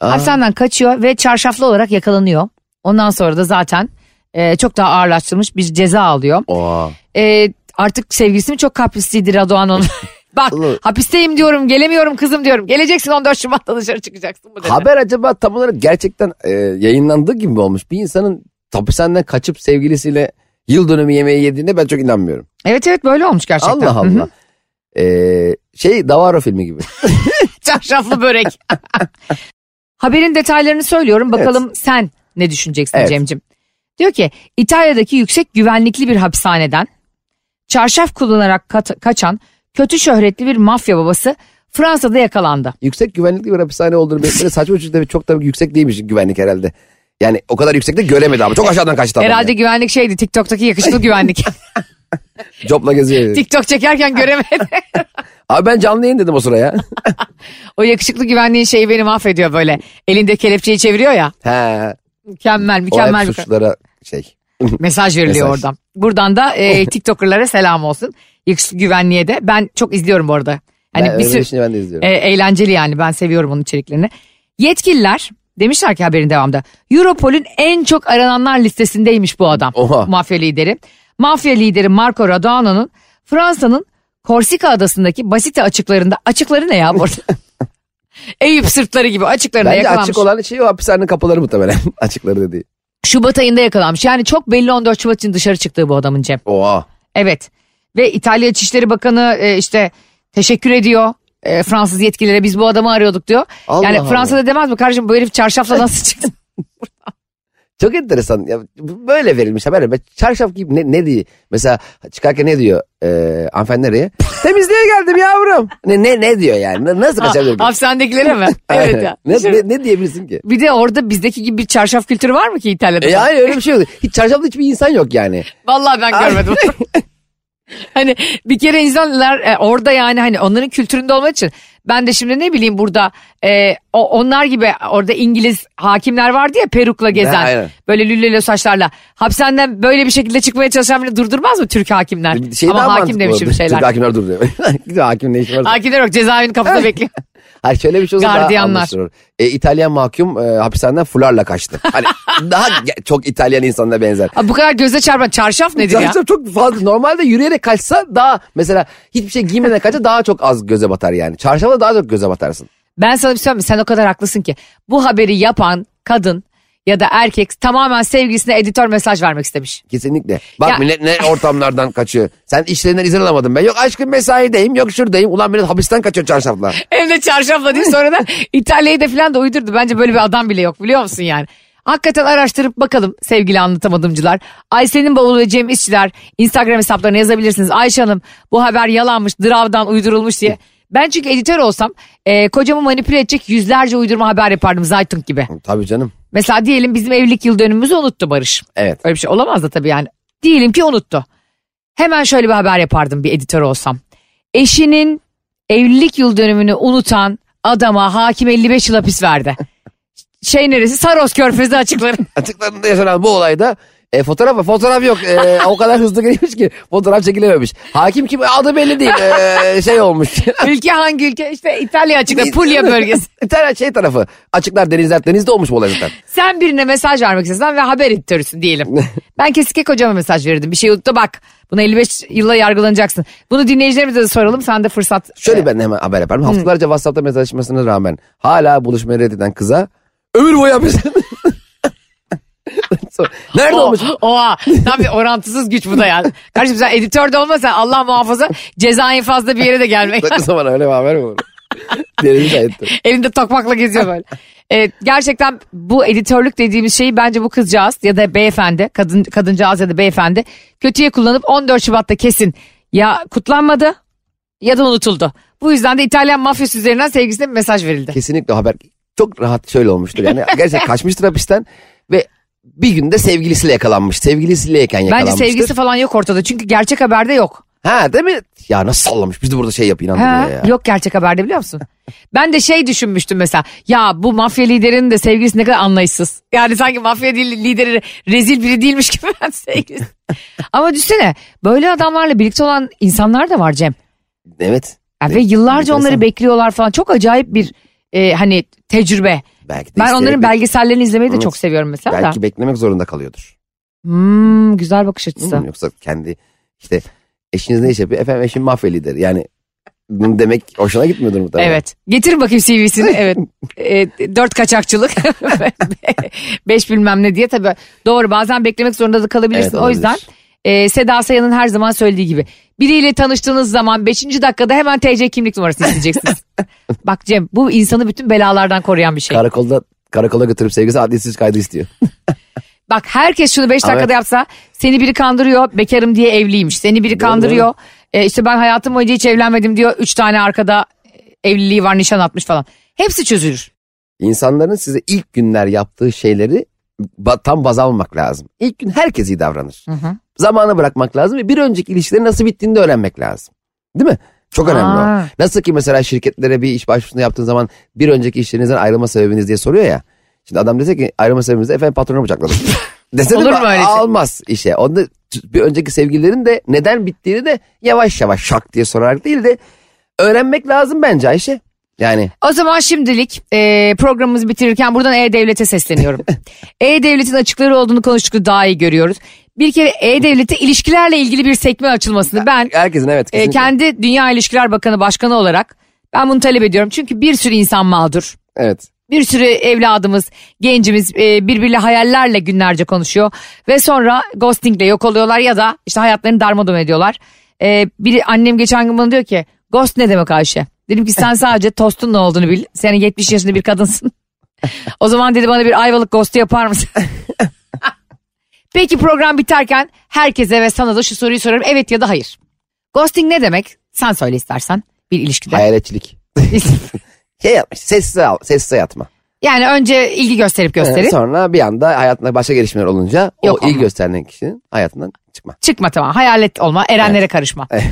C: Aa,
B: Hapishaneden kaçıyor ve çarşaflı olarak yakalanıyor. Ondan sonra da zaten e, çok daha ağırlaştırılmış bir ceza alıyor.
C: oha.
B: E, artık sevgilisi mi çok kaprisliydi Radoğan onun. Bak
C: Allah.
B: hapisteyim diyorum gelemiyorum kızım diyorum. Geleceksin 14 Şubat'ta dışarı çıkacaksın mı dedi.
C: Haber acaba tam olarak gerçekten e, yayınlandığı gibi mi olmuş? Bir insanın hapishaneden kaçıp sevgilisiyle yıl dönümü yemeği yediğine ben çok inanmıyorum.
B: Evet evet böyle olmuş gerçekten.
C: Allah
B: Hı hı.
C: Allah. Ee, şey Davaro filmi gibi.
B: Çarşaflı börek. Haberin detaylarını söylüyorum. Bakalım sen ne düşüneceksin
C: Evet.
B: Cemcim? Diyor ki İtalya'daki yüksek güvenlikli bir hapishaneden çarşaf kullanarak kat- kaçan kötü şöhretli bir mafya babası Fransa'da yakalandı.
C: yüksek güvenlikli bir hapishane olduğunu belirtmeli. Saçma çünkü tabii çok tabii yüksek değilmiş güvenlik herhalde. Yani o kadar yüksekte göremedi ama çok aşağıdan kaçtı adam.
B: Herhalde
C: yani.
B: güvenlik şeydi TikTok'taki yakışıklı güvenlik.
C: Copla geziyor.
B: TikTok çekerken göremedi.
C: Abi ben canlı yayın dedim o sıraya.
B: o yakışıklı güvenliğin şeyi beni mahvediyor böyle. Elinde kelepçeyi çeviriyor ya.
C: He.
B: Mükemmel
C: O hep
B: mükemmel. bir-
C: suçlara şey.
B: Mesaj veriliyor
C: Mesaj. Oh.
B: oradan. Buradan da e, TikToker'lara selam olsun. Yakışıklı güvenliğe de. Ben çok izliyorum bu arada. Hani
C: ben,
B: bir
C: öyle
B: sürü
C: işini ben de izliyorum.
B: e, eğlenceli yani ben seviyorum onun içeriklerini. Yetkililer demişler ki haberin devamında. Europol'ün en çok arananlar listesindeymiş bu adam.
C: Oha.
B: Mafya lideri. Mafya lideri Marco Raduano'nun Fransa'nın Korsika adasındaki Basite açıklarında açıkları ne ya burada? Eyüp sırtları gibi açıklarında
C: Bence
B: e, yakalanmış.
C: açık olan şey o hapishanenin kapıları muhtemelen. Açıkları dediği.
B: Şubat ayında yakalanmış. Yani çok belli 14 Şubat için dışarı çıktığı bu adamın Cem.
C: Oha.
B: Evet. Ve İtalya İçişleri Bakanı e, işte teşekkür ediyor. E, Fransız yetkililere biz bu adamı arıyorduk diyor.
C: Allah
B: yani
C: Allah.
B: Fransa'da demez mi kardeşim bu herif çarşafla nasıl çıktı?
C: Çok enteresan. Ya, bu- böyle verilmiş haber. Ben Çarşaf gibi ne, ne diyor? Mesela çıkarken ne diyor ee, hanımefendi araya? Temizliğe geldim yavrum. Ne, ne, ne diyor yani? Na- Nasıl kaçabilir? ki?
B: Hapishanedekilere mi? evet ya.
C: ne, ne, ne diyebilirsin ki?
B: Bir de orada bizdeki gibi bir çarşaf kültürü var mı ki İtalya'da?
C: E yani öyle bir şey yok. Hiç çarşaflı hiçbir insan yok yani.
B: Vallahi ben görmedim. hani bir kere insanlar e, orada yani hani onların kültüründe olmak için ben de şimdi ne bileyim burada e, o, onlar gibi orada İngiliz hakimler vardı ya perukla gezen
C: aynen.
B: böyle lüllülü saçlarla hapishaneden böyle bir şekilde çıkmaya çalışan birini durdurmaz mı Türk hakimler?
C: Şey
B: Ama
C: daha
B: hakim
C: mantıklı
B: demişim
C: olurdu.
B: şeyler.
C: Türk hakimler dur diyor. Güzel hakim ne işi var?
B: Hakimler yok cezaevinin kapısında bekliyor.
C: Hayır şöyle bir şey olsa daha
B: Gardiyanlar.
C: anlaşılır. E, İtalyan mahkum e, hapishaneden fularla kaçtı. Hani daha ge- çok İtalyan insanına benzer.
B: Aa, Bu kadar göze çarpan çarşaf nedir ya?
C: Çarşaf çok fazla. Normalde yürüyerek kaçsa daha mesela hiçbir şey giymeden kaçsa daha çok az göze batar yani. Çarşafla daha çok göze batarsın.
B: Ben sana bir şey söyleyeyim mi? Sen o kadar haklısın ki. Bu haberi yapan kadın ya da erkek tamamen sevgilisine editör mesaj vermek istemiş.
C: Kesinlikle. Bak
B: Ya-
C: millet ne ortamlardan kaçıyor. Sen işlerinden izin alamadın ben. Yok aşkım mesaideyim yok şuradayım. Ulan millet hapisten kaçıyor çarşafla.
B: Hem de çarşafla diye sonradan İtalya'yı da falan da uydurdu. Bence böyle bir adam bile yok biliyor musun yani. Hakikaten araştırıp bakalım sevgili anlatamadımcılar. Ayşe'nin bavulu ve Cem İşçiler Instagram hesaplarına yazabilirsiniz. Ayşe Hanım bu haber yalanmış, dravdan uydurulmuş diye. Ben çünkü editör olsam e, kocamı manipüle edecek yüzlerce uydurma haber yapardım Zaytung gibi.
C: Tabii canım.
B: Mesela diyelim bizim evlilik yıl dönümümüzü unuttu Barış.
C: Evet.
B: Öyle bir şey olamaz da tabii yani. Diyelim ki unuttu. Hemen şöyle bir haber yapardım bir editör olsam. Eşinin evlilik yıl dönümünü unutan adama hakim 55 yıl hapis verdi. şey neresi? Saros Körfezi açıkları.
C: Açıklarında yaşanan bu olayda e, fotoğraf fotoğraf yok. E, o kadar hızlı gelmiş ki fotoğraf çekilememiş. Hakim kim adı belli değil. E, şey olmuş.
B: ülke hangi ülke? İşte İtalya açıkları. Puglia bölgesi.
C: Bir tane şey tarafı. Açıklar denizler denizde olmuş bu olay zaten.
B: Sen birine mesaj vermek istesen ve haber editörüsün diyelim. Ben kesinlikle kocama mesaj verirdim. Bir şey unuttu bak. Buna 55 yılla yargılanacaksın. Bunu dinleyicilerimize de soralım. Sen de fırsat. e,
C: Şöyle ben de hemen haber yaparım. Haftalarca WhatsApp'ta mesajlaşmasına rağmen hala buluşmayı reddeden kıza ömür boyu hapis. Sonra, Nerede
B: O,
C: olmuş?
B: oha. Tabii orantısız güç bu da yani. Kardeşim sen editör de olmasan Allah muhafaza cezai fazla bir yere de gelmek.
C: Sakın zaman öyle bir haber mi olur? Derin kayıttı.
B: Elinde tokmakla geziyor böyle. Evet, gerçekten bu editörlük dediğimiz şeyi bence bu kızcağız ya da beyefendi, kadın kadıncağız ya da beyefendi kötüye kullanıp 14 Şubat'ta kesin ya kutlanmadı ya da unutuldu. Bu yüzden de İtalyan mafyası üzerinden sevgilisine bir mesaj verildi.
C: Kesinlikle o haber çok rahat şöyle olmuştur. Yani gerçekten kaçmıştır hapisten ve bir günde sevgilisiyle yakalanmış. Sevgilisiyleyken
B: Bence
C: yakalanmıştır.
B: sevgilisi falan yok ortada çünkü gerçek haberde yok.
C: Ha değil mi? Ya nasıl sallamış? Biz de burada şey yap
B: Ha,
C: inandırıyor ya.
B: yok gerçek haberde biliyor musun? Ben de şey düşünmüştüm mesela. Ya bu mafya liderinin de sevgilisi ne kadar anlayışsız. Yani sanki mafya li- lideri rezil biri değilmiş gibi ben sevgilisi. Ama düşünsene böyle adamlarla birlikte olan insanlar da var Cem.
C: Evet.
B: Ya
C: Ne-
B: ve yıllarca
C: enteresan.
B: onları bekliyorlar falan. Çok acayip bir e, hani tecrübe.
C: Belki de
B: Ben
C: isteyerek
B: onların
C: bek-
B: belgesellerini izlemeyi de
C: Evet.
B: çok seviyorum mesela
C: Belki
B: da.
C: beklemek zorunda kalıyordur.
B: Hmm, güzel bakış açısı.
C: Hmm, Yoksa kendi işte eşiniz ne iş yapıyor? Efendim eşim mafya lideri. Yani bunu demek hoşuna gitmiyordur muhtemelen.
B: Evet. Getirin bakayım CV'sini. Evet. E, dört kaçakçılık. Beş bilmem ne diye tabii. Doğru bazen beklemek zorunda da kalabilirsin.
C: Evet,
B: o
C: olabilir.
B: yüzden e, Seda Sayan'ın her zaman söylediği gibi. Biriyle tanıştığınız zaman beşinci dakikada hemen TC kimlik numarasını isteyeceksiniz. Bak Cem bu insanı bütün belalardan koruyan bir şey.
C: Karakolda karakola götürüp sevgilisi adliyetsiz kaydı istiyor.
B: Bak herkes şunu 5
C: Ama-
B: dakikada yapsa seni biri kandırıyor bekarım diye evliymiş. Seni biri kandırıyor e, işte ben hayatım boyunca hiç evlenmedim diyor. 3 tane arkada evliliği var nişan atmış falan. Hepsi çözülür.
C: İnsanların size ilk günler yaptığı şeyleri ba- tam baz almamak lazım. İlk gün herkes iyi davranır. Zamanı bırakmak lazım ve bir önceki ilişkilerin nasıl bittiğini de öğrenmek lazım. Değil mi? Çok önemli
B: Aa.
C: o. Nasıl ki mesela şirketlere bir iş başvurusunda yaptığın zaman bir önceki işlerinizden ayrılma sebebiniz diye soruyor ya. Şimdi adam dese ki ayrılma sebebiniz de, efendim patronu bıçakladım. Desene
B: Olur mu
C: ba-
B: öyle şey?
C: Almaz işe. Onda bir önceki sevgililerin de neden bittiğini de yavaş yavaş şak diye sorarak değil de öğrenmek lazım bence Ayşe. Yani
B: O zaman şimdilik e, programımızı bitirirken buradan E-Devlet'e sesleniyorum. E-Devlet'in açıkları olduğunu konuştukça daha iyi görüyoruz. Bir kere E-Devlet'e ilişkilerle ilgili bir sekme açılmasını ben
C: herkesin evet
B: E,
C: kesinlikle.
B: kendi Dünya İlişkiler Bakanı Başkanı olarak ben bunu talep ediyorum. Çünkü bir sürü insan mağdur.
C: Evet.
B: Bir sürü evladımız, gencimiz e, birbiriyle hayallerle günlerce konuşuyor. Ve sonra ghostingle yok oluyorlar ya da işte hayatlarını darmadağın ediyorlar. E, biri annem geçen gün bana diyor ki ghost ne demek Ayşe? Dedim ki sen sadece tostun ne olduğunu bil. Sen 70 yaşında bir kadınsın. o zaman dedi bana bir ayvalık ghostu yapar mısın? Peki program biterken herkese ve sana da şu soruyu sorarım. Evet ya da hayır. Ghosting ne demek? Sen söyle istersen bir ilişkide.
C: Hayaletçilik. Şey yapmış. Sessize, al, sessize yatma. Ee,
B: yani önce ilgi gösterip gösterip.
C: Sonra bir anda hayatında başka gelişmeler olunca
B: Yok
C: o iyi
B: olma.
C: gösterilen kişinin hayatından çıkma.
B: Çıkma tamam. Hayalet olma. Erenlere karışma.
C: Evet. Eh.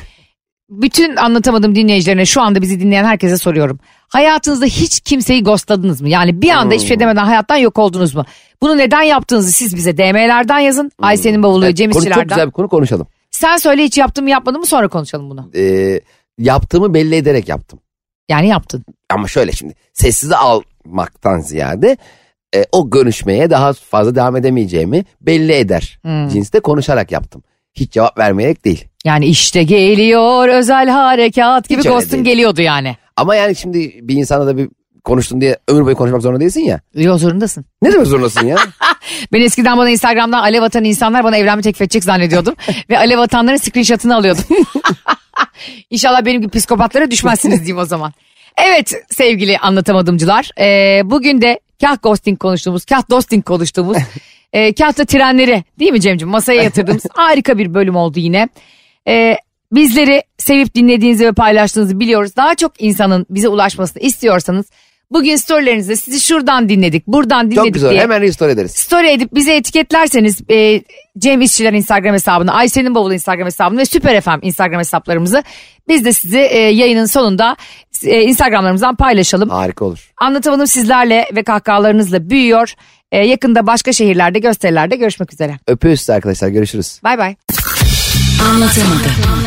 B: Bütün anlatamadığım dinleyicilerine şu anda bizi dinleyen herkese soruyorum. Hayatınızda hiç kimseyi ghostladınız mı? Yani bir anda
C: Hmm.
B: hiçbir şey demeden hayattan yok oldunuz mu? Bunu neden yaptığınızı siz bize DM'lerden yazın. Ayşe'nin bavulu,
C: Evet,
B: Cem
C: Hmm. E, konu-
B: İşçilerden.
C: Çok güzel bir konu konuşalım.
B: Sen söyle hiç yaptın mı yapmadın mı sonra konuşalım bunu.
C: Ee, yaptığımı belli ederek yaptım.
B: Yani yaptın.
C: Ama şöyle şimdi sessize almaktan ziyade e, o görüşmeye daha fazla devam edemeyeceğimi belli eder.
B: Hmm.
C: Cinste konuşarak yaptım. Hiç cevap vermeyerek değil.
B: Yani işte geliyor özel harekat gibi
C: Hiç öyle
B: ghostun
C: değil.
B: geliyordu yani.
C: Ama yani şimdi bir insana da bir konuştun diye ömür boyu konuşmak zorunda değilsin ya.
B: Yok zorundasın.
C: Ne demek zorundasın ya?
B: Ben eskiden bana Instagram'dan alev atan insanlar bana evlenme teklif edecek zannediyordum. Ve alev atanların screenshot'ını alıyordum. İnşallah benim gibi psikopatlara düşmezsiniz diyeyim o zaman. Evet sevgili anlatamadımcılar. ee, bugün de kah ghosting konuştuğumuz, kah dosting konuştuğumuz, ee, kah da trenleri değil mi Cem'ciğim masaya yatırdığımız harika bir bölüm oldu yine. Ee, bizleri sevip dinlediğinizi ve paylaştığınızı biliyoruz. Daha çok insanın bize ulaşmasını istiyorsanız bugün storylerinizde sizi şuradan dinledik, buradan dinledik
C: Çok güzel.
B: diye
C: Hemen restore ederiz.
B: story edip bize etiketlerseniz e, Cem İşçiler Instagram hesabını, Ayşe'nin Bavulu Instagram hesabını ve Süper FM Instagram hesaplarımızı biz de sizi e, yayının sonunda e, Instagramlarımızdan paylaşalım.
C: Harika olur.
B: Anlatamadım sizlerle ve kahkahalarınızla büyüyor. E, yakında başka şehirlerde gösterilerde görüşmek üzere.
C: Öpüyoruz sizi arkadaşlar. Görüşürüz.
B: Bay bay.
D: Anlatamadım.